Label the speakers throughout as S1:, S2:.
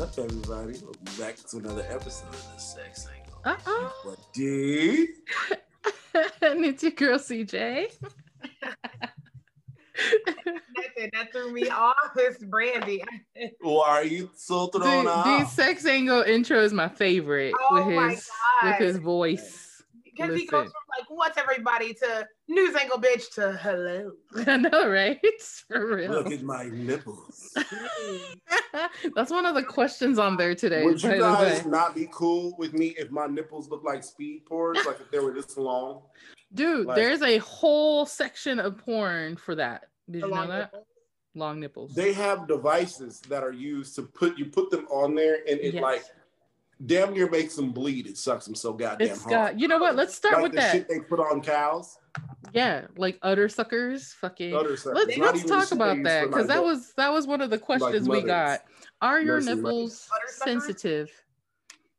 S1: up, everybody? We'll be back to another episode of the Sex Angle.
S2: Uh oh.
S1: But D,
S2: and it's your girl CJ.
S3: Nothing. That threw me off. It's Brandy.
S1: why are you so
S2: The,
S1: thrown
S2: the
S1: off?
S2: sex angle intro is my favorite
S3: Oh
S2: with
S3: my
S2: his
S3: God.
S2: with his voice.
S3: Because he goes
S2: Listen.
S3: from like, what's everybody to news angle bitch to hello.
S2: I know, right? For real.
S1: Look at my nipples.
S2: That's one of the questions on there today.
S1: Would you
S2: by the
S1: guys
S2: way.
S1: not be cool with me if my nipples look like speed porns? Like if they were this long?
S2: Dude,
S1: like-
S2: there's a whole section of porn for that. Did you know that? Long nipples.
S1: They have devices that are used to put you put them on there and it
S2: Yes.
S1: like damn near makes them bleed. It sucks them so goddamn
S2: It's
S1: hard.
S2: got you know what? Let's start
S1: like
S2: with
S1: the
S2: that.
S1: shit they put on cows.
S2: Yeah, like udder suckers. Fucking
S1: Other stuff.
S2: let's
S1: Not
S2: let's
S1: even the
S2: talk
S1: shit they
S2: about
S1: use
S2: that
S1: for,
S2: because
S1: like,
S2: that
S1: the-
S2: was that was one of the questions we
S1: mothers.
S2: got. Are your
S1: Nursing mothers.
S2: nipples
S3: Udder suckers?
S2: sensitive?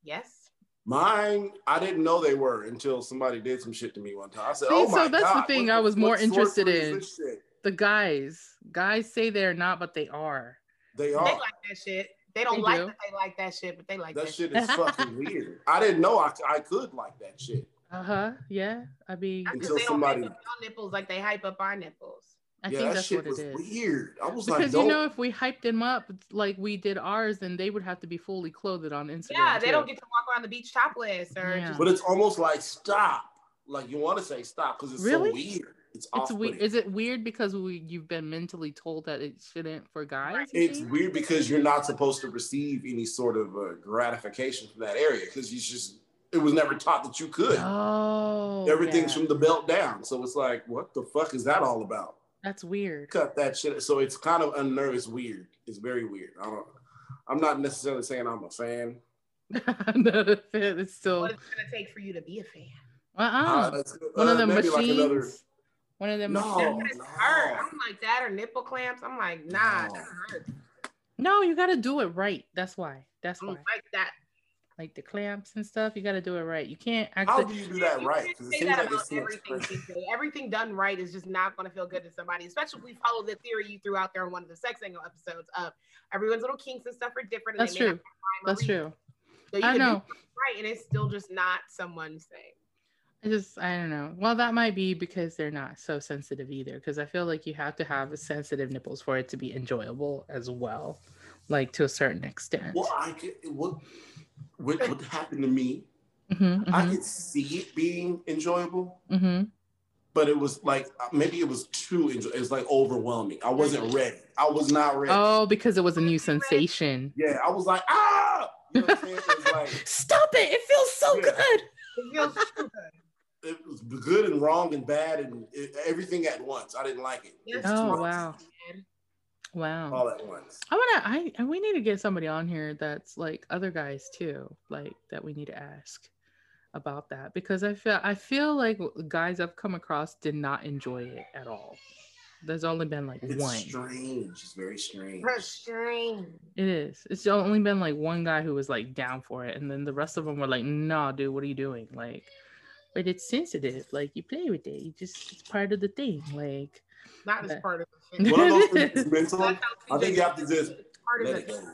S3: Yes.
S1: Mine, I didn't know they were until somebody did some shit to me one time. I said,
S2: See,
S1: "Oh
S2: so
S1: my
S2: that's the
S1: God, what
S2: thing I was more
S1: what
S2: interested
S1: sorcery is
S2: in.
S1: this shit?
S2: The guys, guys say they're not, but they are.
S1: They
S3: They
S1: are.
S3: like that shit. They don't
S2: They
S3: like
S2: do.
S3: that they like that shit, but they like that,
S1: that shit is fucking weird. I didn't know I, I could like that shit.
S2: Uh huh. Yeah. I mean,
S3: That's 'cause
S1: until
S3: they
S1: somebody-
S3: don't hype up your nipples like they hype up our nipples.
S2: I
S1: yeah,
S2: think
S1: that
S2: that's
S1: shit
S2: what it
S1: was
S2: is.
S1: weird. I was like,
S2: Because
S1: don't.
S2: you know, if we hyped them up like we did ours, then they would have to be fully clothed on Instagram.
S3: Yeah, they
S2: too.
S3: don't get to walk around the beach topless or
S2: Yeah.
S3: just
S1: but it's almost like stop. Like you want to say stop because it's
S2: Really?
S1: so weird. It's off.
S2: It's weird. Is it weird because we you've been mentally told that it shouldn't for guys? you
S1: It's
S2: think?
S1: weird because you're not supposed to receive any sort of uh, gratification from that area because you just it was never taught that you could.
S2: Oh,
S1: Everything's
S2: yeah.
S1: from the belt down, so it's like, what the fuck is that all about?
S2: that's weird.
S1: Cut that shit. So it's kind of unnerving. It's weird. It's very weird. I don't. I'm not necessarily saying I'm a fan.
S2: no, it's still
S3: what
S2: uh
S3: it's gonna take for you to be a fan.
S1: Uh,
S2: uh
S1: that's-
S2: one
S1: uh,
S2: of them
S1: maybe
S2: machines.
S1: like another-
S2: One of them.
S1: No.
S2: machines.
S3: That shit
S1: Oh, no.
S3: hurt. I'm like that or nipple clamps. I'm like, nah,
S1: No.
S3: that hurt.
S2: No, you gotta do it right. That's why. That's
S3: I
S2: why.
S3: don't like that.
S2: Like the clamps and stuff, you gotta do it right. You can't
S1: How
S2: actually.
S1: do you do that
S3: You
S1: right?
S3: can't
S1: Because it
S3: say
S1: seems
S3: that
S1: like
S3: about
S1: it's too much
S3: everything,
S1: pressure.
S3: TJ. Everything done right is just not going to feel good to somebody, especially if we follow the theory you threw out there in one of the sex angle episodes of everyone's little kinks and stuff are different. and
S2: That's
S3: they may
S2: true.
S3: not rhyme or
S2: That's
S3: read.
S2: true.
S3: So you
S2: I
S3: can do
S2: know.
S3: right, and it's still just not someone's thing.
S2: I just I don't know. Well, that might be because they're not so sensitive either. Because I feel like you have to have sensitive nipples for it to be enjoyable as well, like to a certain extent.
S1: Well, I could. What what, what happened to me?
S2: Mhm,
S1: I
S2: mhm,
S1: could see it being enjoyable,
S2: mhm.
S1: but it was like uh, maybe it was too. Enjoy- it was like overwhelming. I wasn't ready. I was not ready.
S2: Oh, because it was a new sensation.
S1: Yeah, I was like ah. You know what I'm saying? It was like.
S2: Stop it! It feels so
S1: Yeah.
S2: good.
S3: It feels good.
S1: it was good and wrong and bad and it, everything at once. I didn't like it. It was
S3: Yes.
S1: too
S2: Oh
S1: much, Oh,
S2: wow, wow.
S1: All at once.
S2: I wanna I and we need to get somebody on here that's like other guys too, like that we need to ask about that because I feel I feel like guys I've come across did not enjoy it at all. There's only been like
S1: It's
S2: one.
S1: strange. It's very strange.
S3: Her string.
S2: It is. It's only been like one guy who was like down for it, and then the rest of them were like, "Nah, dude, what are you doing?" Like, but it's sensitive. Like you play with it. You just it's part of the thing. Like
S3: Not
S2: Yeah.
S3: as part of the
S1: One of those things is mental.
S3: That's
S1: I
S3: how
S1: think
S3: TJ
S1: you have to just
S3: It's part of
S1: let
S3: the
S1: it go.
S3: thing.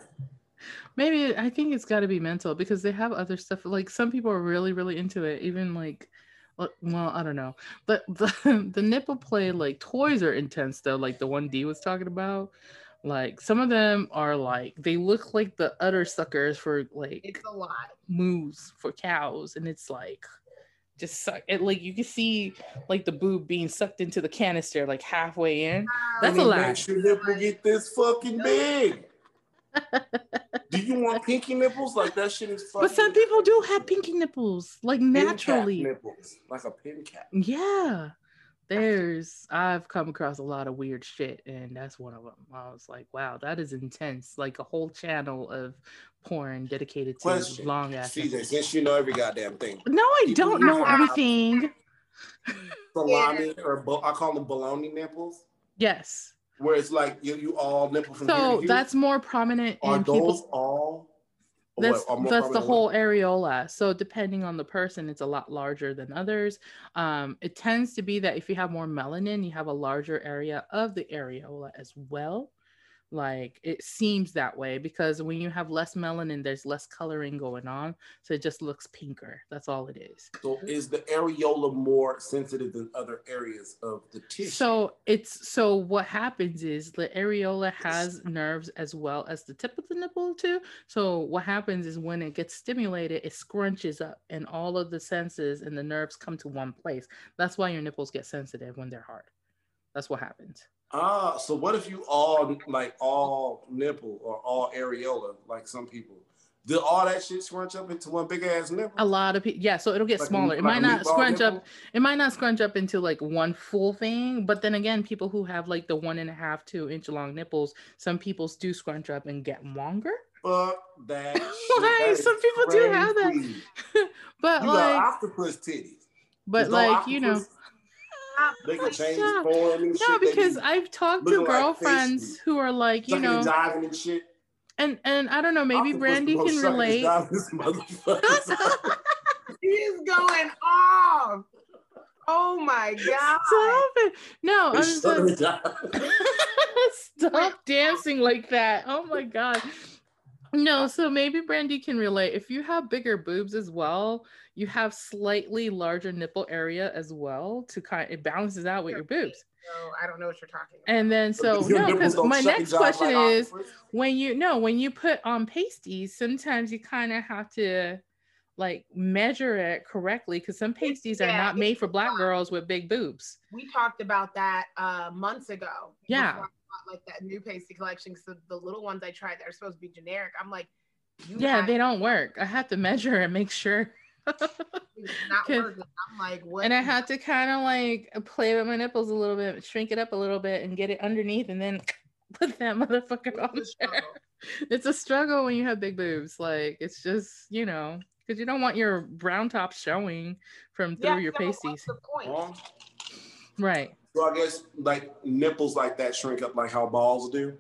S2: maybe I think it's got to be mental because they have other stuff. Like some people are really, really into it. Even like, well, well, I don't know. But the the nipple play like toys are intense though. Like the one D was talking about. Like some of them are like they look like the udder suckers for like
S3: It's a lot.
S2: moves for cows and it's like just suck it like you can see like the boob being sucked into the canister like halfway in That's
S1: Let me
S2: a lie.
S1: Make sure nipple get this fucking big. Do you want pinky nipples? Like that shit is fucking.
S2: but some people do have pinky nipples like
S1: pin cap
S2: naturally
S1: nipples, like a pin cap.
S2: yeah there's i've come across a lot of weird shit and that's one of them i was like wow that is intense like a whole channel of porn dedicated to
S1: Question.
S2: long ass
S1: CJ, since you know every goddamn thing,
S2: no i
S1: You
S2: don't
S1: do
S2: know
S1: have-
S2: everything
S1: salami or bo- I call them bologna nipples,
S2: yes
S1: where it's like you, you all nipple from here to
S2: so
S1: here.
S2: that's more prominent
S1: Are
S2: in people's
S1: those all? or
S2: that's
S1: what, are more
S2: that's the
S1: prominent
S2: whole areola so depending on the person it's a lot larger than others um it tends to be that if you have more melanin you have a larger area of the areola as well like it seems that way because when you have less melanin there's less coloring going on so it just looks pinker that's all it is
S1: So is the areola more sensitive than other areas of the tissue?
S2: so it's so what happens is the areola has nerves as well as the tip of the nipple too so what happens is when it gets stimulated it scrunches up and all of the senses and the nerves come to one place that's why your nipples get sensitive when they're hard that's what happens
S1: ah, so what if you all like all nipple or all areola, like some people? Did all that shit scrunch up into one big ass nipple?
S2: a lot of people yeah so it'll get
S1: Like a-
S2: smaller
S1: like
S2: it might
S1: a
S2: not
S1: meatball
S2: scrunch up
S1: nipple?
S2: it might not scrunch up into like one full thing but then again people who have like the one and a half two inch long nipples some people's do scrunch up and get longer
S1: Fuck that. shit.
S2: Why?
S1: That is
S2: Some people do have that.
S1: crazy.
S2: but
S1: You
S2: like
S1: got octopus titties.
S2: but
S1: There's no
S2: like you know
S1: octopus. they can change
S2: Yeah.
S1: form and shit.
S2: no
S1: They be
S2: because i've talked to
S1: looking like fish
S2: girlfriends
S1: and
S2: who are like you
S1: sucking and
S2: know
S1: diving and shit.
S2: and and i don't know maybe
S1: Octopus
S2: brandy
S1: the most
S2: can
S1: sucking and
S2: relate
S1: diving is motherfuckers.
S3: She's going off. Oh my god.
S2: stop it no i'm just
S1: Sucking and diving.
S2: Stop dancing like that. Oh my god. No, so maybe Brandy can relate. If you have bigger boobs as well, you have slightly larger nipple area as well to kind it balances out with your boobs.
S3: No, I don't know what you're talking about.
S2: And then so
S1: Your
S2: no,
S1: nipples
S2: because
S1: don't
S2: my
S1: suck and
S2: next
S1: dive
S2: question
S1: like
S2: is
S1: octopus.
S2: when you no, when you put on pasties, sometimes you kind of have to like measure it correctly because some pasties are
S3: yeah,
S2: not made for black girls with big boobs.
S3: we talked about that uh months ago.
S2: Yeah.
S3: Before I bought, Like that new pasty collection. So the little ones I tried that are supposed to be generic. I'm like, you
S2: Yeah,
S3: have-
S2: they don't work. I have to measure and make sure.
S3: it's not
S2: can-
S3: working. I'm like, what?
S2: and I had to kind of like uh, play with my nipples a little bit, shrink it up a little bit, and get it underneath, and then put that motherfucker
S3: It's
S2: on
S3: a
S2: there.
S3: struggle.
S2: It's a struggle when you have big boobs. Like it's just you know because you don't want your brown top showing from through
S3: Yeah,
S2: your
S3: so what's
S2: pasties,
S3: the point?
S1: Huh?
S2: right?
S1: So I guess like nipples like that shrink up like how balls do.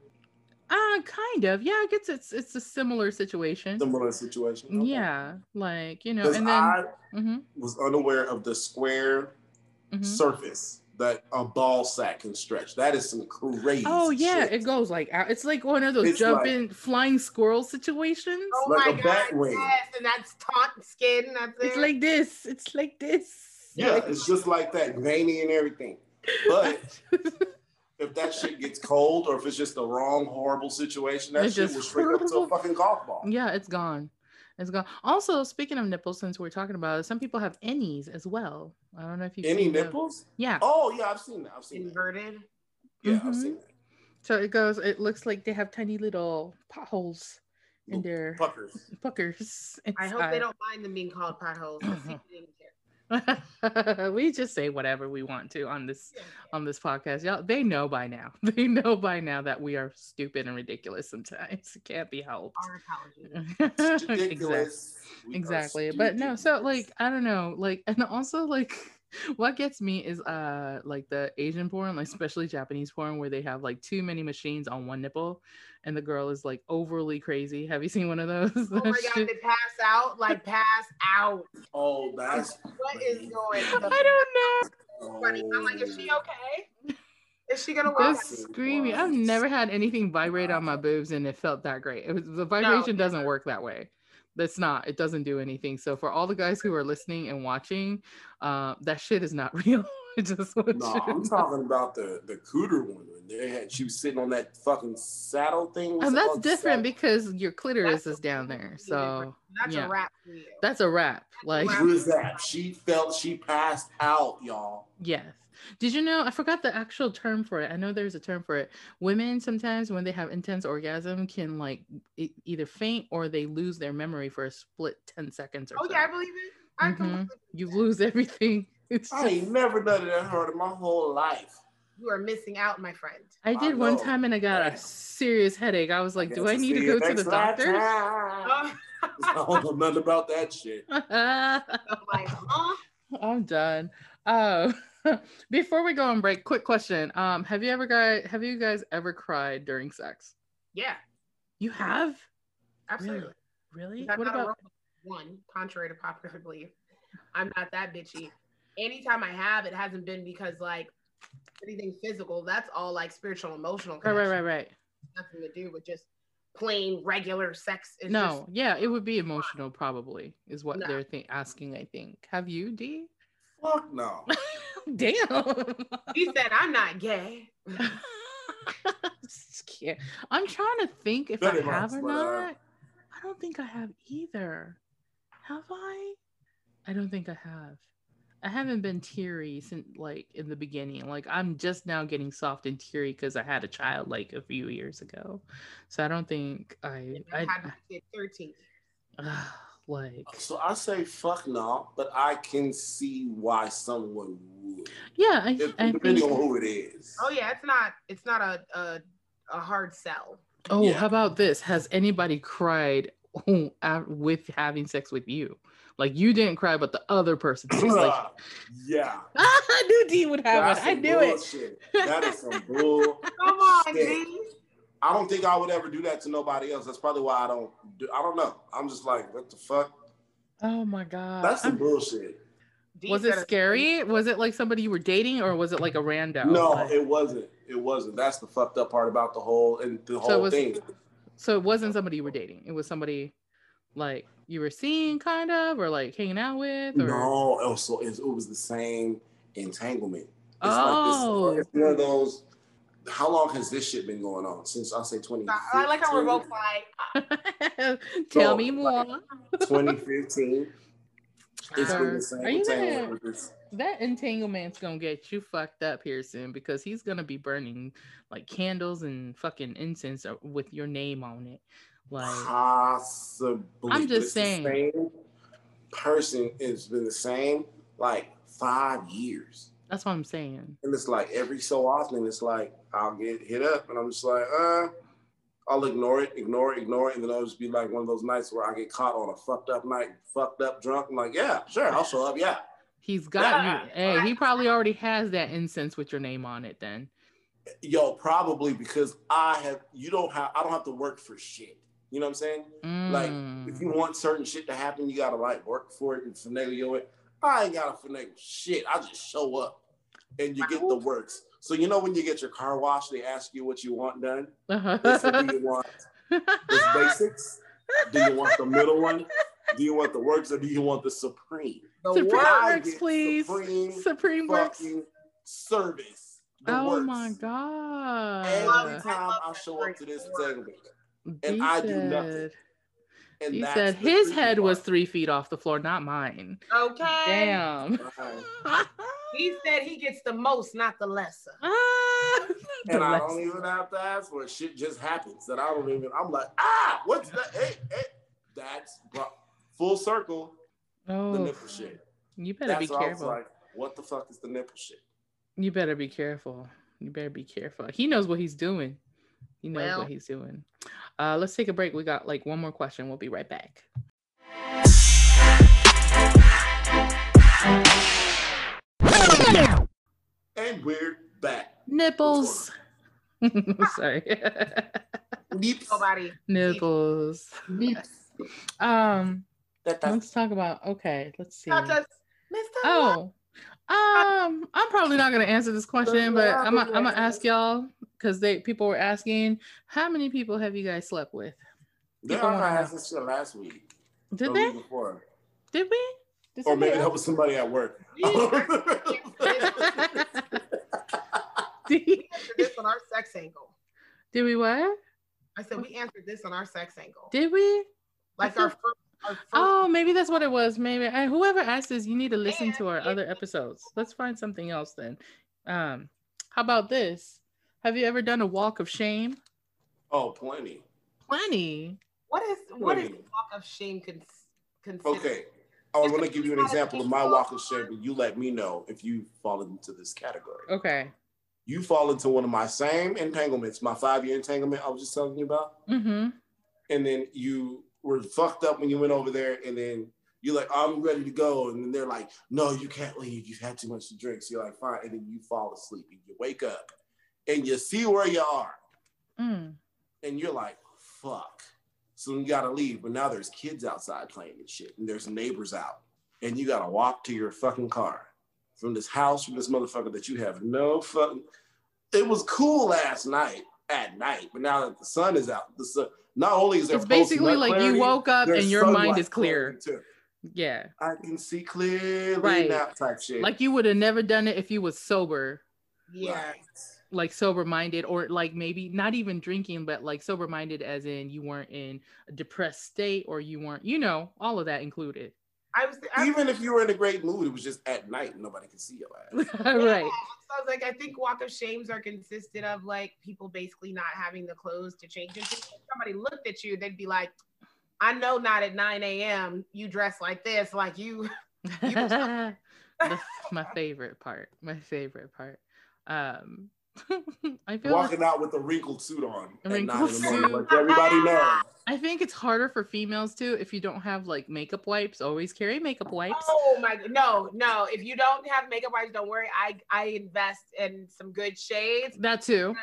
S2: Uh kind of. Yeah, I guess it's it's a similar situation.
S1: Similar situation. Okay.
S2: Yeah, like you know,
S1: Because
S2: and then
S1: I
S2: mhm,
S1: was unaware of the square
S2: mhm.
S1: surface that a ball sack can stretch. That is some crazy.
S2: oh yeah,
S1: shit.
S2: it goes like out. It's like one of those
S1: It's like-
S2: jumping flying squirrel situations.
S3: Oh
S1: Like
S3: my
S1: a
S3: god,
S1: bat wing.
S3: yes, and that's taunt skin. That's
S2: It's
S3: it.
S2: like this. It's like this.
S1: yeah, it's just like that, veiny and everything. But if that shit gets cold, or if it's just the wrong horrible situation, that
S2: It
S1: shit
S2: just-
S1: will shrink up to a fucking golf ball.
S2: yeah, it's gone. It's gone. Also, speaking of nipples, since we're talking about it, some people have innies as well. I don't know if you've
S1: Any
S2: seen them.
S1: nipples?
S2: Yeah.
S1: Oh yeah, I've seen that. I've seen that.
S3: inverted.
S1: Yeah,
S2: Mhm.
S1: I've seen that.
S2: So it goes. It looks like they have tiny little potholes in
S1: Little
S2: their
S1: Puckers.
S2: puckers.
S3: I hope they don't mind them being called potholes. Let's see if they didn't care.
S2: don't. we just say whatever we want to on this
S3: Yeah.
S2: on this podcast. Y'all, they know by now. They know by now that we are stupid and ridiculous sometimes. It can't be helped.
S3: Our Oh apologies.
S1: It's
S2: Exactly.
S1: ridiculous. We are
S2: exactly but no
S1: stupid.
S2: so like i don't know like and also like what gets me is uh like the asian porn like especially japanese porn where they have like too many machines on one nipple and the girl is like overly crazy have you seen one of those
S3: Oh my god, they pass out like pass out.
S1: Oh, that's
S3: What is going
S2: i
S3: on?
S2: don't
S3: Funny. I'm like, is she okay? Is she gonna
S2: know
S3: walk?
S1: This-
S2: just screaming i've never had anything vibrate on my boobs and it felt that great it was, the vibration doesn't work that way that's not it doesn't do anything so for all the guys who are listening and watching uh that shit is not real it just
S1: No, I'm talking about the the cooter one. When they had she was sitting on that fucking saddle thing. What's
S2: Oh,
S1: it
S2: that's
S1: called?
S2: different
S1: Saddle?
S2: because your clitoris
S3: That's
S2: is
S3: a-
S2: down there.
S3: that's a
S2: So
S3: That's
S2: yeah.
S3: a wrap for you.
S2: that's a wrap. Like,
S3: wrap.
S1: What is that? She felt she passed out, y'all.
S2: yes. Did you know? I forgot the actual term for it. I know there's a term for it. Women sometimes, when they have intense orgasm, can like e- either faint or they lose their memory for a split 10 seconds or
S3: Oh
S2: so.
S3: yeah, I believe it. I
S2: Mhm.
S3: completely
S2: You
S3: believe that.
S2: lose everything. It's
S1: I
S2: just,
S1: ain't never done it that hard in my whole life.
S3: You are missing out, my friend.
S2: I did
S1: I
S2: one
S1: know.
S2: time and I got a serious headache. I was like, do I need to go to the doctor?
S1: doctor?
S3: Oh,
S1: I don't know nothing about that shit.
S3: I'm like, huh?
S2: I'm done. Uh, before we go on break, quick question. Um, have you ever guys have you guys ever cried during sex?
S3: Yeah,
S2: You have?
S3: absolutely.
S2: Really?
S3: I'm
S2: What
S3: not a
S2: about
S3: robot. One, contrary to popular belief, I'm not that bitchy. Anytime I have, it hasn't been because like anything physical. That's all like spiritual, emotional.
S2: right, right,
S3: connection.
S2: right, right.
S3: nothing to do with just plain regular sex. It's
S2: no, yeah, it would be emotional, probably, is what
S3: No.
S2: they're thi- asking. I think. Have you, D?
S1: Fuck no.
S2: Damn.
S3: just- he said, "I'm not gay."
S2: Just can't- I'm trying to think if
S1: That
S2: I
S1: is
S2: have or
S1: awesome, but, uh,
S2: not. I don't think I have either. Have I? I don't think I have. I haven't been teary since like in the beginning. Like I'm just now getting soft and teary because I had a child like a few years ago. So I don't think I,
S3: I
S2: I,
S3: had my kid 13.
S2: ugh, like
S1: So I say fuck no, but I can see why someone would.
S2: yeah. I,
S1: If-
S2: I
S1: depending
S2: think-
S1: on who it is.
S3: Oh yeah, it's not it's not a a, a hard sell.
S2: Oh,
S1: Yeah.
S2: how about this? Has anybody cried af- with having sex with you? Like you didn't cry, but the other person did. like,
S1: yeah.
S2: ah, I knew D would have
S1: That's
S2: it. I
S1: some
S2: knew it.
S1: bullshit. That is some bull.
S3: Come on,
S1: Yeah.
S3: D.
S1: I don't think I would ever do that to nobody else. That's probably why I don't do I don't know. I'm just like, what the fuck?
S2: Oh my god.
S1: That's some
S2: I'm-
S1: bullshit.
S3: D
S2: was it
S3: said a-
S2: scary? Was it like somebody you were dating, or was it like a rando?
S1: No,
S2: Like-
S1: it wasn't. It wasn't. That's the fucked up part about the whole and the
S2: so it
S1: whole
S2: was.
S1: thing.
S2: So it wasn't somebody you were dating. It was somebody like you were seeing, kind of, or like hanging out with, or
S1: No, it was, so, it was the same entanglement. It's
S2: Oh.
S1: like this, uh, it's one of those. How long has this shit been going on since I say 20?
S3: I like how we're both like,
S2: tell
S1: No,
S2: me
S1: like-
S2: more.
S1: 2015.
S3: "Uh,
S1: It's been
S2: Sir,
S1: the same
S2: are you gonna-
S1: entanglement. with this-
S2: that entanglement's gonna get you fucked up here soon because he's gonna be burning like candles and fucking incense uh, with your name on it. Like,
S1: Possibly.
S2: I'm just
S1: It's the
S2: saying.
S1: same person has been the same like five years.
S2: that's what I'm saying.
S1: And it's like every so often, it's like I'll get hit up, and I'm just like, uh, I'll ignore it, ignore it, ignore it, and then I'll just be like one of those nights where I get caught on a fucked up night, fucked up drunk. I'm like, yeah, sure, I'll show up, yeah.
S2: He's got you.
S3: Yeah.
S2: Hey, he probably already has that incense with your name on it. Then
S1: Yo, probably because I have, you don't have, I don't have to work for shit. You know what I'm saying? Like, If
S2: Mm.
S1: you want certain shit to happen, you gotta like work for it and finagle it. I ain't gotta finagle shit. I just show up, and you get the works. So you know when you get your car washed, they ask you what you want done. They say, do you want It's basics. Do you want the middle one? Do you want the works or do you want the supreme?
S3: the
S2: Supreme
S3: world.
S1: I
S2: works,
S1: get
S2: please.
S1: Supreme,
S2: Supreme works.
S1: fucking service. The
S2: Oh
S1: works.
S2: my
S1: Every
S2: god.
S3: love
S1: time I
S3: that
S1: show up to this
S3: phrase,
S1: segment,
S2: He
S1: and I do nothing.
S2: said-
S1: and
S2: He
S1: that's
S2: said
S1: the
S2: his
S1: creepy
S2: head was
S1: part.
S2: three feet off the floor, not mine.
S3: Okay.
S2: Damn.
S1: Right.
S3: He said he gets the most, not the lesser.
S2: Ah,
S1: and I
S2: bless.
S1: don't even have to ask for it. Shit just happens that I don't even. I'm like, ah, what's that? Hey, hey. That's bro- full circle. The
S2: Oh,
S1: nipple shit.
S2: you better
S1: That's
S2: be
S1: what I was
S2: careful.
S1: like. What the fuck is the nipple shit?
S2: You better be careful. You better be careful. He knows what he's doing. He knows
S3: Well.
S2: what he's doing. Uh, let's take a break. We got like one more question. We'll be right back.
S1: And we're back.
S2: Nipples. Sorry.
S1: Neeps.
S3: Nobody.
S2: Nipples.
S1: Neeps.
S2: Um,
S1: That- that-
S2: let's talk about okay, let's see.
S3: Touch us, Mr. Love.
S2: Oh, um, I'm probably not gonna answer this question, but I'm gonna, I'm gonna ask y'all because they people were asking how many people have you guys slept with?
S1: Yeah,
S2: People
S1: I
S2: wanna-
S1: asked this shit last week.
S2: Did
S1: or
S2: they?
S1: week Before.
S2: Did we? Did
S1: Or maybe
S2: somebody
S1: that was somebody at work.
S2: did,
S3: We answered this on our sex angle.
S2: did we what?
S3: I said we answered this on our sex angle.
S2: Did we?
S3: Like our first, our first
S2: Oh, maybe that's what it was. Maybe I, whoever asked this, you need to listen to our
S3: And-
S2: other episodes. Let's find something else then. Um, how about this? Have you ever done a walk of shame?
S1: oh, plenty.
S2: Plenty.
S3: what is what is
S1: Plenty.
S3: walk of shame cons- considered?
S1: Okay. I want to give you an example of my walk of shame, but you let me know if you fall into this category.
S2: Okay.
S1: You fall into one of my same entanglements, my five year entanglement I was just telling you about.
S2: Mm-hmm.
S1: And then you were fucked up when you went over there, and then you're like, I'm ready to go. And then they're like, No, you can't leave. You've had too much to drink. So you're like, Fine. And then you fall asleep and you wake up and you see where you are.
S2: Mm.
S1: and you're like, fuck. So you gotta leave, but now there's kids outside playing and shit, and there's neighbors out, and you gotta walk to your fucking car from this house from this motherfucker that you have no fucking. It was cool last night, at night. But now that the sun is out, the sun not only is there
S2: It's basically
S1: post-nut
S2: like
S1: clarity,
S2: you woke up
S1: there's
S2: and your mind
S1: sunlight
S2: is clear.
S1: clarity, too.
S2: Yeah.
S1: I can see clearly
S2: Right.
S1: now type shit.
S2: Like you would have never done it if you was sober,
S3: Yeah.
S1: Right.
S2: like sober minded, or like maybe not even drinking, but like sober minded as in you weren't in a depressed state or you weren't, you know, all of that included.
S3: I was I,
S1: Even if you were in a great mood, it was just at night, nobody could see your ass.
S2: right.
S3: So I was like, I think walk of shames are consisted of like people basically not having the clothes to change into. If somebody looked at you, they'd be like, I know not at 9 a.m. you dress like this, like you
S2: That's my favorite part. My favorite part. Um, I feel like-
S1: Walking out with a wrinkled suit on
S2: A
S1: at nine
S2: wrinkled
S1: in the morning,
S2: suit. Ah.
S1: like everybody knows.
S2: I think it's harder for females too if you don't have like makeup wipes. Always carry makeup wipes.
S3: Oh my no, no. If you don't have makeup wipes, don't worry. I I invest in some good shades
S2: That too.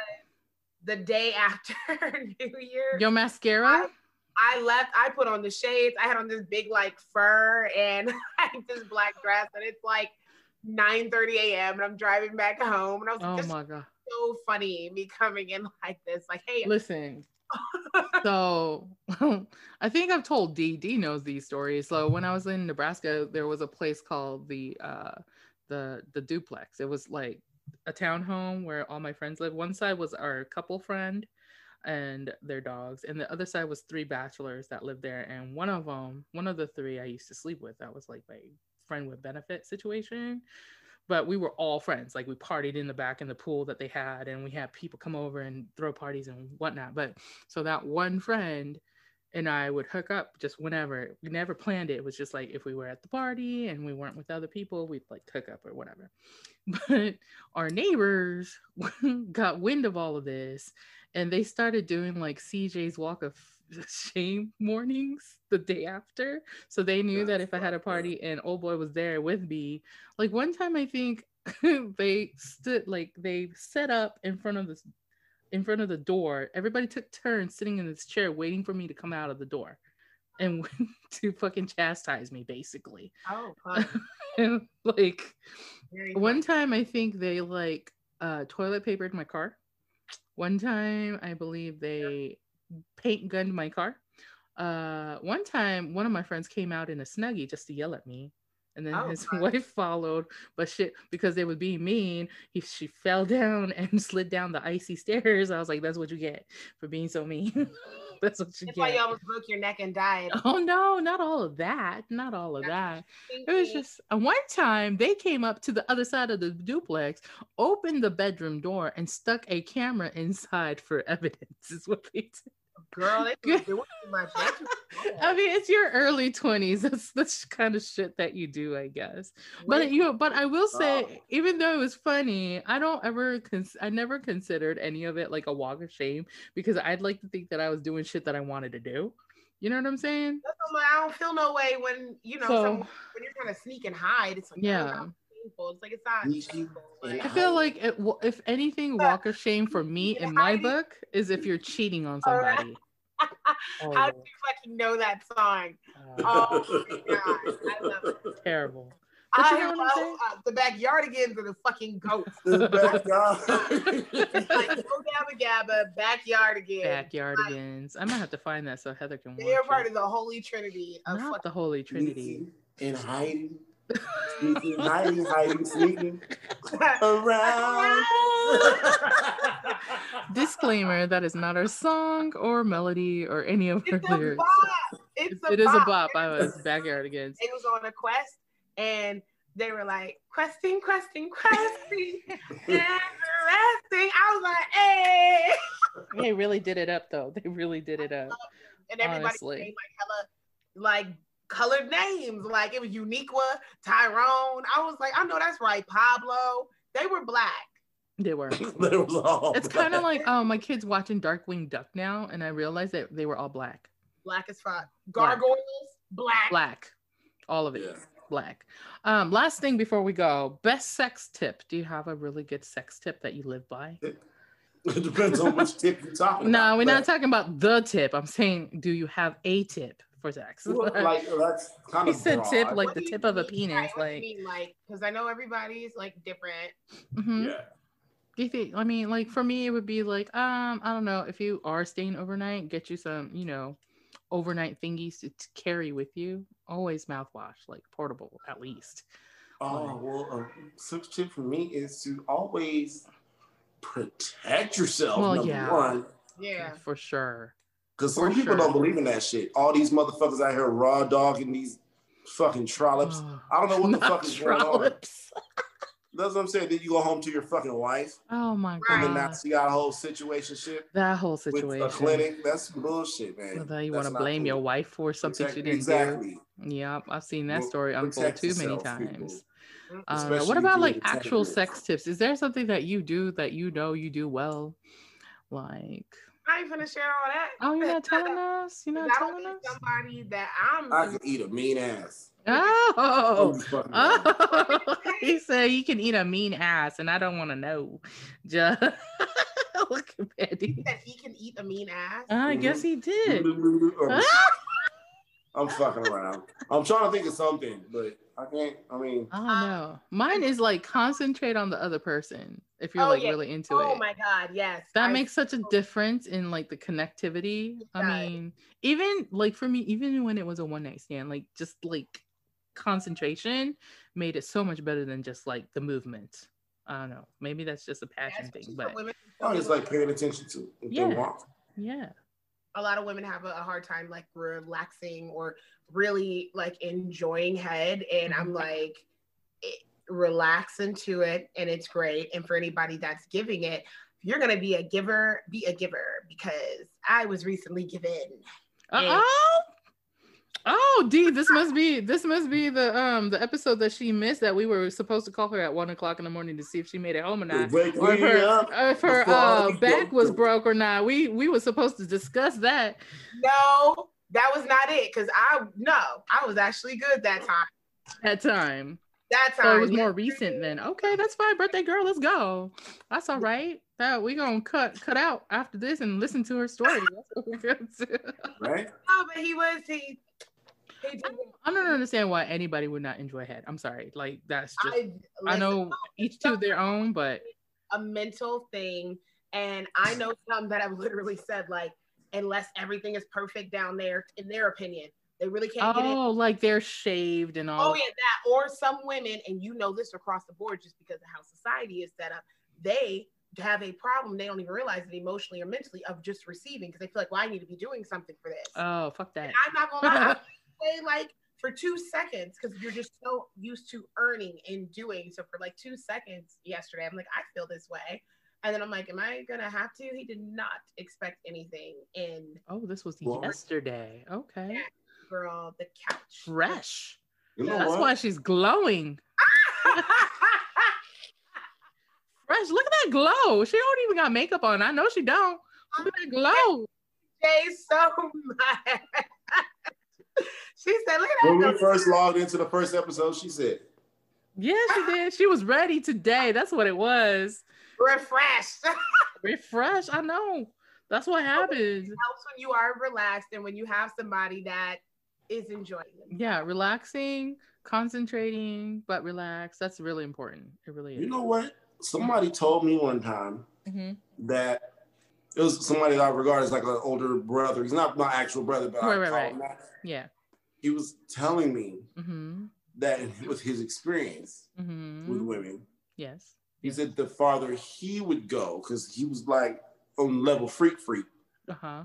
S3: the day after New Year.
S2: Your mascara.
S3: I left, I put on the shades. I had on this big like fur and like this black dress, and it's like 9 30 a.m. and I'm driving back home. And I was like,
S2: Oh
S3: this
S2: my god.
S3: is so funny, me coming in like this. Like, hey,
S2: Listen. so I think I've told D. D knows these stories. So when I was in Nebraska, there was a place called the uh the the duplex. It was like a townhome where all my friends lived. One side was our couple friend and their dogs, and the other side was three bachelors that lived there. And one of them, one of the three I used to sleep with, that was like my friend with benefit situation. But we were all friends. Like we partied in the back in the pool that they had, and we had people come over and throw parties and whatnot. But so that one friend and I would hook up just whenever. We never planned it. It was just like if we were at the party and we weren't with other people, we'd like hook up or whatever. But our neighbors got wind of all of this and they started doing like CJ's walk of shame mornings the day after. So they knew that
S1: That's
S2: if I had a
S1: fucked up.
S2: party and old boy was there with me, like one time I think they stood like they set up in front of this in front of the door. Everybody took turns sitting in this chair waiting for me to come out of the door and to fucking chastise me basically.
S3: oh, fuck,
S2: And like
S3: very
S2: one time I think they like uh toilet papered my car. One time I believe they paint gunned my car. Uh one time one of my friends came out in a snuggie just to yell at me. And then
S3: Oh,
S2: his
S3: God.
S2: wife followed, but shit, because they were being mean, he, she fell down and slid down the icy stairs. I was like, that's what you get for being so mean. that's what you
S3: That's why you
S2: get.
S3: almost broke your neck and died.
S2: Oh no, not all of that. Not all of that. It was just and one time they came up to the other side of the duplex, opened the bedroom door, and stuck a camera inside for evidence. Is what they did.
S3: girl, they was doing too much. They too-
S2: I mean, it's your early twenties. That's that's the kind of shit that you do, I guess. But you, know, but I will say,
S1: Oh.
S2: even though it was funny, I don't ever, cons- I never considered any of it like a walk of shame because I'd like to think that I was doing shit that I wanted to do. You know what I'm saying?
S3: That's why I don't feel no way when you know
S2: So-
S3: someone, when you're trying to sneak and hide. It's like girl,
S2: Yeah.
S3: that's shameful. It's like it's not
S1: Sneaky
S3: shameful.
S1: and
S3: Like,
S2: I feel like it, wa- if anything,
S3: But-
S2: walk of shame for me in my
S3: Hiding-
S2: book is if you're cheating on
S3: All right.
S2: somebody. Oh,
S3: How do you fucking know that song? Oh my God, I love it.
S2: terrible. But you
S3: I
S2: know what I'm saying?
S3: love uh, the backyardigans are the fucking goats.
S1: This backyard.
S3: It's like go gabba gabba backyardigans.
S2: Backyardigans. I might have to find that so Heather can
S3: They are
S2: watch
S3: part
S2: it.
S3: of the holy trinity of
S2: Not
S3: fucking.
S2: the Holy Trinity.
S1: Sneaking and hiding, sneaking, hiding, hiding, sneaking around.
S2: Disclaimer: That is not our song or melody or any of our
S3: it's a
S2: lyrics.
S3: bop. It's a
S2: It is a
S3: bop.
S2: bop. I was backyardigans.
S3: It was on a quest, and they were like questing, questing, questing, never resting. I was like, hey,
S2: They really did it up, though. They really did it up.
S3: and everybody
S2: Honestly.
S3: named like hella like colored names. Like it was Uniqua, Tyrone. I was like, I know that's right, Pablo. They were black.
S2: They were.
S1: There was all
S2: It's kind of like, oh, my kid's watching Darkwing Duck now, and I realized that they were all black,
S3: Black as fuck.
S2: Black.
S3: Gargoyles, black.
S2: black, all of it.
S1: Yeah.
S2: black. Um, last thing before we go, best sex tip. Do you have a really good sex tip that you live by?
S1: It depends on which tip you're talking about.
S2: No, we're not
S1: But,
S2: talking about the tip. I'm saying, do you have a tip for sex?
S1: well, like that's kind
S2: he
S1: of
S2: said tip
S1: broad.
S2: like
S3: What
S2: the
S3: do you
S2: tip of a
S3: mean?
S2: penis.
S3: Right, what do you
S2: Like,
S3: mean, like, because I know everybody's like different.
S2: mhm.
S1: yeah.
S2: Do you think? I mean, like for me, it would be like, um, I don't know, if you are staying overnight, get you some, you know, overnight thingies to, to carry with you. Always mouthwash, like portable at least.
S1: Oh well, a sixth tip for me is to always protect yourself.
S2: Well,
S1: number
S2: yeah.
S1: one,
S3: Yeah.
S2: for sure.
S1: because
S2: For
S1: some people
S2: sure.
S1: don't believe in that shit. All these motherfuckers out here raw dogging these fucking trollops.
S2: Ugh.
S1: I don't know what the
S2: Not
S1: fuck is going on.
S2: trollops.
S1: That's what I'm saying. Then you go home to your fucking wife,
S2: Oh my
S3: Right.
S1: and then now
S2: god,
S1: she got a whole situation shit
S2: that whole
S1: with
S2: situation.
S1: a clinic. That's bullshit, man.
S2: Whether you
S1: That's
S2: want to
S1: not
S2: blame your
S1: cool.
S2: wife for something she
S1: Exactly-
S2: didn't
S1: exactly.
S2: do. Yep, I've seen that
S1: Well,
S2: story unfold
S1: protect
S2: too many
S1: yourself, people. Mm-hmm.
S2: times. I don't know.
S1: Especially
S2: What
S1: if
S2: about
S1: you're
S2: like
S1: the type
S2: actual
S1: that-
S2: sex tips? Is there something that you do that you know you do well? Like,
S3: I ain't gonna share all that.
S2: oh, you're not telling us? You're
S3: Because
S2: not
S3: I don't
S2: telling
S3: need
S2: us?
S3: somebody that I'm.
S1: I could eat a mean ass.
S2: Oh,
S1: Fucking-
S2: oh, he said you can eat a mean ass, and I don't want to know. Just look at Betty.
S3: that he can eat a mean ass.
S2: I guess
S1: Mm-hmm.
S2: he did.
S1: Or-
S2: Ah.
S1: I'm fucking around. I'm trying to think of something, but I can't. I mean,
S2: I
S3: Um,
S2: don't know. Oh, Mine is like concentrate on the other person if you're
S3: Oh,
S2: like
S3: yeah.
S2: really into
S3: oh
S2: it.
S3: my Oh. god, yes.
S2: that
S3: I-
S2: makes such a difference in like the connectivity. I
S3: Right.
S2: mean, even like for me, even when it was a one night stand, like just like concentration made it so much better than just like the movement. I don't know. Maybe that's just a passion
S3: that's
S2: thing,
S3: what
S2: but
S3: women-
S1: I just Oh, like paying attention to what
S2: Yeah.
S1: they want.
S2: yeah.
S3: a lot of women have a, a hard time like relaxing or really like enjoying head and i'm
S2: Mhm.
S3: like it, relax into it and it's great and for anybody that's giving it if you're gonna be a giver be a giver because i was recently given
S2: Uh oh. Oh, D, this must be this must be the um the episode that she missed that we were supposed to call her at one o'clock in the morning to see if she made it home or not.
S1: Wake
S2: or if
S1: me
S2: her,
S1: up.
S2: or if her
S1: before I
S2: uh,
S1: be
S2: back was
S1: broken.
S2: broke or not. We we were supposed to discuss that.
S3: no that was not it because i no i was actually good that time
S2: that time.
S3: that time
S2: So it was more recent then. Okay, that's fine. Birthday girl, let's go. That's all right. That we gonna cut cut out after this and listen to her story. That's what we're gonna do.
S1: Right?
S3: no Oh, but he was he he did
S2: I don't understand why anybody would not enjoy head. I'm sorry. Like that's just I,
S3: listen,
S2: know each to their own, but
S3: a mental thing. And I know some that have literally said, like, unless everything is perfect down there, in their opinion, they really can't get it.
S2: oh, like they're shaved and all.
S3: Oh, yeah, that. Or some women, and you know this across the board just because of how society is set up, they have a problem. They don't even realize it emotionally or mentally of just receiving because they feel like, well, I need to be doing something for this.
S2: Oh, fuck that.
S3: I'm not gonna lie, I would say like for two seconds because you're just so used to earning and doing. So for like two seconds yesterday, I'm like, I feel this way, and then I'm like, am I gonna have to? He did not expect anything, and
S2: Oh, this was
S1: Well-
S2: yesterday. Okay.
S3: girl, the couch.
S2: Fresh.
S1: You know
S2: That's
S1: what?
S2: why she's glowing. Fresh. Look at that glow. She don't even got makeup on. I know she don't. Look at that glow.
S3: Jay, so much. she said, look at
S1: when we
S3: that. girl.
S1: first logged into the first episode, she said,
S2: Yeah, she did. She was ready today. That's what it was.
S3: Refreshed. Helps
S2: Refresh. I know. That's what happens.
S3: when you are relaxed and when you have somebody that is enjoying it.
S2: Yeah, relaxing, concentrating, but relax. That's really important. It really is.
S1: You know what? Somebody told me one time
S2: Mhm.
S1: that it was somebody that I regard as like an older brother. He's not my actual brother, but I
S2: Right, right,
S1: call
S2: right.
S1: him that.
S2: Yeah.
S1: He was telling me
S2: hmm
S1: that with his experience with
S2: hmm
S1: women,
S2: Yes.
S1: He said the farther he would go, because he was like on level freak freak,
S2: Uh huh.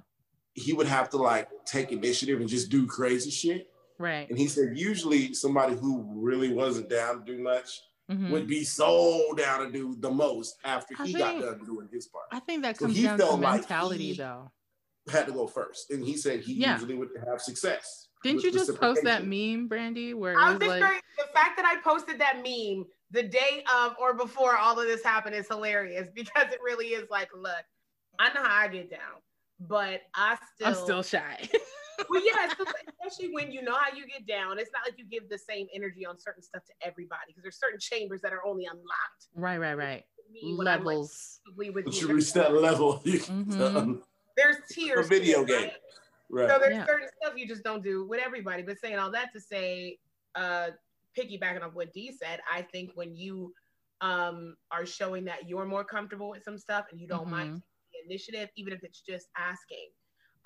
S1: he would have to like take initiative and just do crazy shit.
S2: Right.
S1: And he said usually somebody who really wasn't down to do much
S2: Mhm.
S1: would be so down to do the most after
S2: I
S1: he got
S2: think-
S1: done doing his part.
S2: I think that
S1: So
S2: comes
S1: he
S2: down to
S1: felt like
S2: mentality,
S1: he-
S2: though.
S1: Had to go first. And he said he
S2: Yeah.
S1: usually would have success.
S2: Didn't
S1: with
S2: you just post that
S1: reciprocation.
S2: meme, Brandy, where
S3: I
S2: it
S3: was
S2: was
S3: just
S2: like,
S3: very- the fact that I posted that meme the day of or before all of this happened is hilarious because it really is like, look, I know how I get down, but I still,
S2: I'm still shy.
S3: well, yeah, it's just- especially when you know how you get down. It's not like you give the same energy on certain stuff to everybody because there's certain chambers that are only unlocked.
S2: right, right, right.
S3: Me, when I'm, like,
S2: Levels.
S3: probably with
S1: Once
S3: you,
S1: you
S3: there's-
S1: reach that level, you
S2: Mhm.
S3: there's tears.
S1: A video
S3: right?
S1: game. right.
S3: So there's
S2: Yeah.
S3: certain stuff you just don't do with everybody. But saying all that to say, uh, piggybacking on what Dee said, I think when you um, are showing that you're more comfortable with some stuff and you don't
S2: Mhm.
S3: mind taking the initiative, even if it's just asking.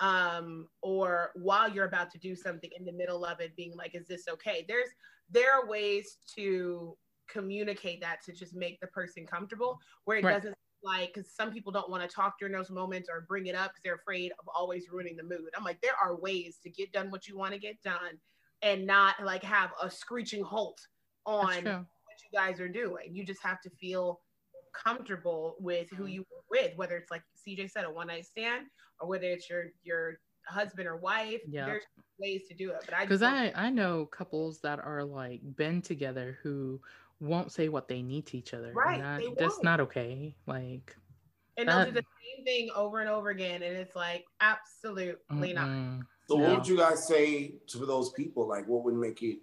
S3: Um, or while you're about to do something in the middle of it, being like, is this okay? There's there are ways to communicate that to just make the person comfortable where it
S2: Right.
S3: doesn't like because some people don't want to talk during those moments or bring it up because they're afraid of always ruining the mood. I'm like, there are ways to get done what you want to get done and not like have a screeching halt
S2: That's
S3: on
S2: true.
S3: what you guys are doing. You just have to feel comfortable with
S2: Mm-hmm.
S3: who you were with, whether it's like CJ said, a one night stand, or whether it's your your husband or wife.
S2: Yeah.
S3: There's ways to do it. But I
S2: because
S3: don't-
S2: I I know couples that are like been together who won't say what they need to each other. and
S3: Right,
S2: that-
S3: they
S2: that's
S3: won't.
S2: not okay. Like
S3: and they'll do
S2: that-
S3: the same thing over and over again, and it's like absolutely not.
S2: mm-mm.
S1: So what
S2: No.
S1: would you guys say to those people? Like, what would make it?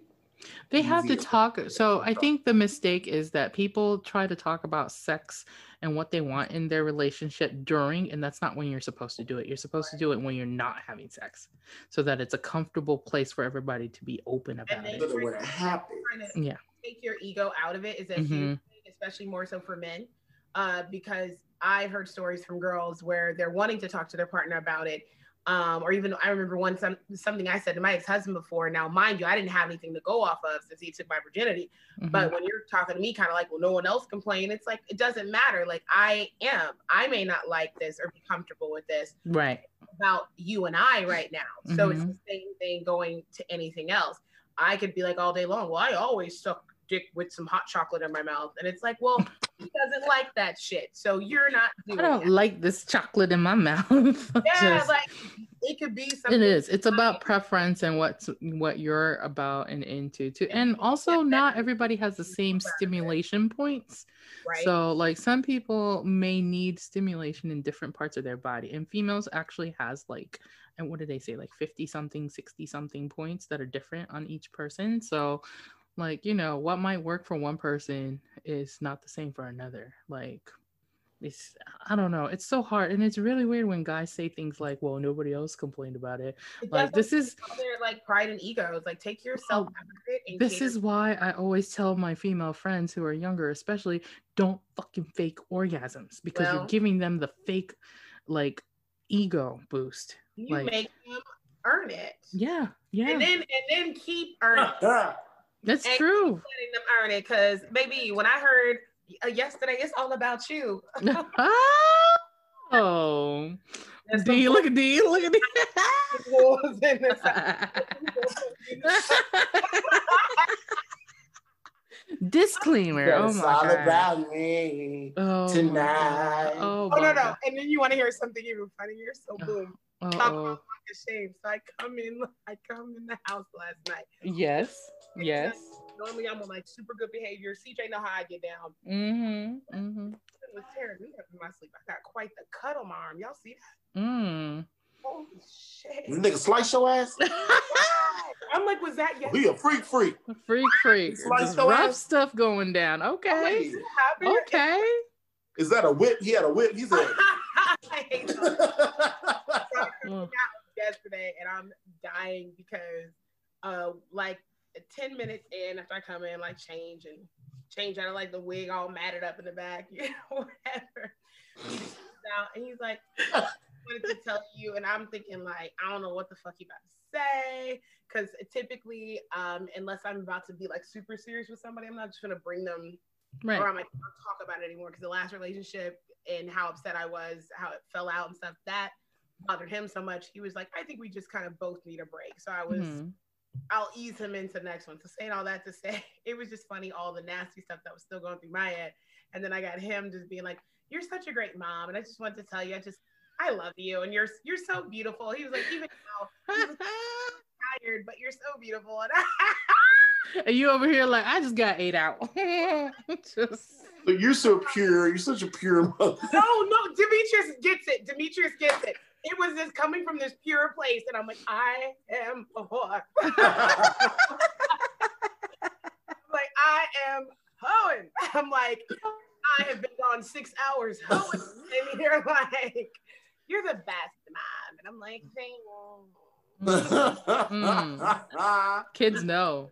S2: They have to
S1: easier?
S2: talk. So I think the mistake is that people try to talk about sex and what they want in their relationship during, and that's not when you're supposed to do it. You're supposed to do it when you're not having sex, so that it's a comfortable place for everybody to be open about
S3: then-
S2: it.
S1: Look at what happened.
S3: Trying to
S2: Yeah.
S3: take your ego out of it is a huge
S2: Mhm.
S3: thing, especially more so for men, uh, because I've heard stories from girls where they're wanting to talk to their partner about it. Um, or even I remember one some, something I said to my ex-husband before. Now, mind you, I didn't have anything to go off of since he took my virginity.
S2: Mhm.
S3: But when you're talking to me, kind of like, well, no one else complained. It's like it doesn't matter. Like I am. I may not like this or be comfortable with this
S2: Mm-hmm. right.
S3: about you and I right now. So it's
S2: Mhm.
S3: the same thing going to anything else. I could be like all day long, well, I always suck dick with some hot chocolate in my mouth. And it's like, well, he doesn't like that shit. So you're not doing
S2: I don't
S3: that.
S2: like this chocolate in my mouth.
S3: yeah,
S2: Just-
S3: like it could be
S2: it
S3: something.
S2: is it's about preference and what's what you're about and into too and also not everybody has the same stimulation points
S3: Right.
S2: so like some people may need stimulation in different parts of their body and females actually has like and what do they say like 50 something 60 something points that are different on each person so like you know what might work for one person is not the same for another like it's i don't know it's so hard and it's really weird when guys say things like well nobody else complained about it
S3: It
S2: like
S3: doesn't-
S2: this is
S3: they're like pride and ego. It's like take yourself
S2: Oh,
S3: out of it and
S2: this
S3: cater-
S2: is why i always tell my female friends who are younger especially don't fucking fake orgasms because
S3: Well-
S2: you're giving them the fake like ego boost
S3: you
S2: like-
S3: make them earn it.
S2: yeah yeah
S3: And then and then keep earning it.
S2: that's
S3: and-
S2: true
S3: letting them earn it. Cause baby, when I heard uh, yesterday, it's all about you.
S2: oh
S3: There's some
S2: d look at d look at d
S3: fools in this
S2: Oh, Disclaimer. Oh
S1: it's
S2: my
S1: all
S2: god.
S1: about me.
S2: oh my
S1: tonight.
S2: God. Oh,
S3: Oh
S2: my
S3: no no!
S2: God.
S3: And then you want to hear something even funnier, so boom,
S2: Uh-oh.
S3: it's shame. So I come in, I come in the house last night.
S2: Yes. Yes.
S3: Normally I'm on like super good behavior. CJ know how I get down.
S2: Mm-hmm. Mm-hmm.
S3: It was tearing me up in my sleep. I got quite the cut on my arm. Y'all see that?
S2: Mm.
S3: Holy shit!
S1: This nigga slice your ass.
S3: I'm like, was that yesterday?
S1: He a freak freak.
S2: freak freak.
S1: Slice
S2: Just
S1: your
S2: rough
S1: ass.
S2: stuff going down. Okay.
S1: Hey,
S3: Happened?
S2: Okay.
S1: Is that a whip? He had a whip. He said.
S3: I hate those.
S2: Ugh.
S3: yesterday and I'm dying because uh like 10 minutes in after I come in like change and change out of like the wig all matted up in the back, you know, whatever. He just comes out and he's like, I wanted to tell you. And I'm thinking like, I don't know what the fuck you about to say. Cause typically, um, unless I'm about to be like super serious with somebody, I'm not just gonna bring them or
S2: Right.
S3: I'm like, I don't talk about it anymore because the last relationship and how upset I was, how it fell out and stuff that bothered him so much. He was like, I think we just kind of both need a break. So I was,
S2: Mhm.
S3: I'll ease him into the next one. So saying all that to say, it was just funny, all the nasty stuff that was still going through my head. And then I got him just being like, You're such a great mom. And I just wanted to tell you, I just, I love you and you're you're so beautiful. He was like, even
S2: Mm-hmm.
S3: tired, but you're so beautiful. And
S2: and you over here like I just got eight out. just
S1: But you're so pure. You're such a pure mother.
S3: no, no, Demetrius gets it. Demetrius gets it. It was this coming from this pure place, and I'm like, I am a whore. I'm like, I am hoeing. I'm like, I have been gone six hours hoeing, and you're like, you're the best mom, and I'm like, thank you.
S1: Hmm. um,
S2: kids know.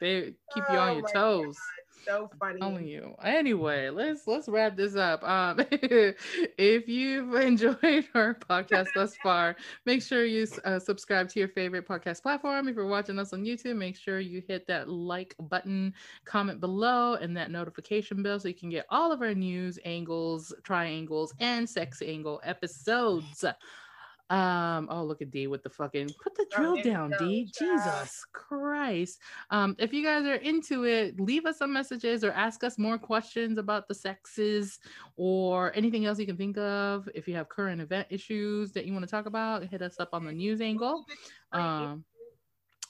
S2: They keep you
S3: Oh
S2: on your
S3: my
S2: toes.
S3: so funny.
S2: telling you. Anyway, let's let's wrap this up. Um, if you've enjoyed our podcast thus far, make sure you uh, subscribe to your favorite podcast platform. If you're watching us on YouTube, make sure you hit that like button, comment below, and that notification bell so you can get all of our news, angles, triangles, and sex angle episodes. Um, oh look at D with the fucking put the
S3: Oh,
S2: drill
S3: there you
S2: down,
S3: go,
S2: D.
S3: child.
S2: Jesus Christ. Um, if you guys are into it, leave us some messages or ask us more questions about the sexes or anything else you can think of. If you have current event issues that you want to talk about, hit us up on the news angle. Um,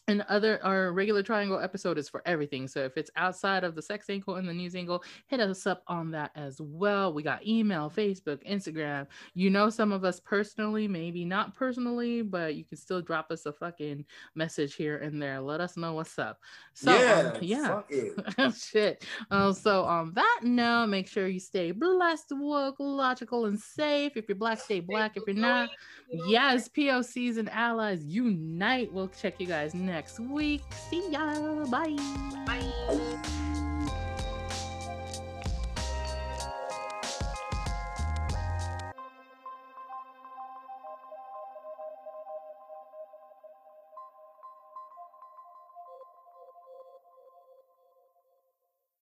S2: and other our regular triangle episode is for everything. So if it's outside of the sex angle and the news angle, hit us up on that as well. We got email, Facebook, Instagram. You know some of us personally, maybe not personally, but you can still drop us a fucking message here and there. Let us know what's up. So
S1: yeah,
S2: um, yeah.
S1: fuck it.
S2: Shit. Um, so on that note, make sure you stay blessed, woke, logical, and safe. If you're black, stay black. If you're not, yes, POCs and allies unite. We'll check you guys next week. See ya. Bye.
S3: Bye.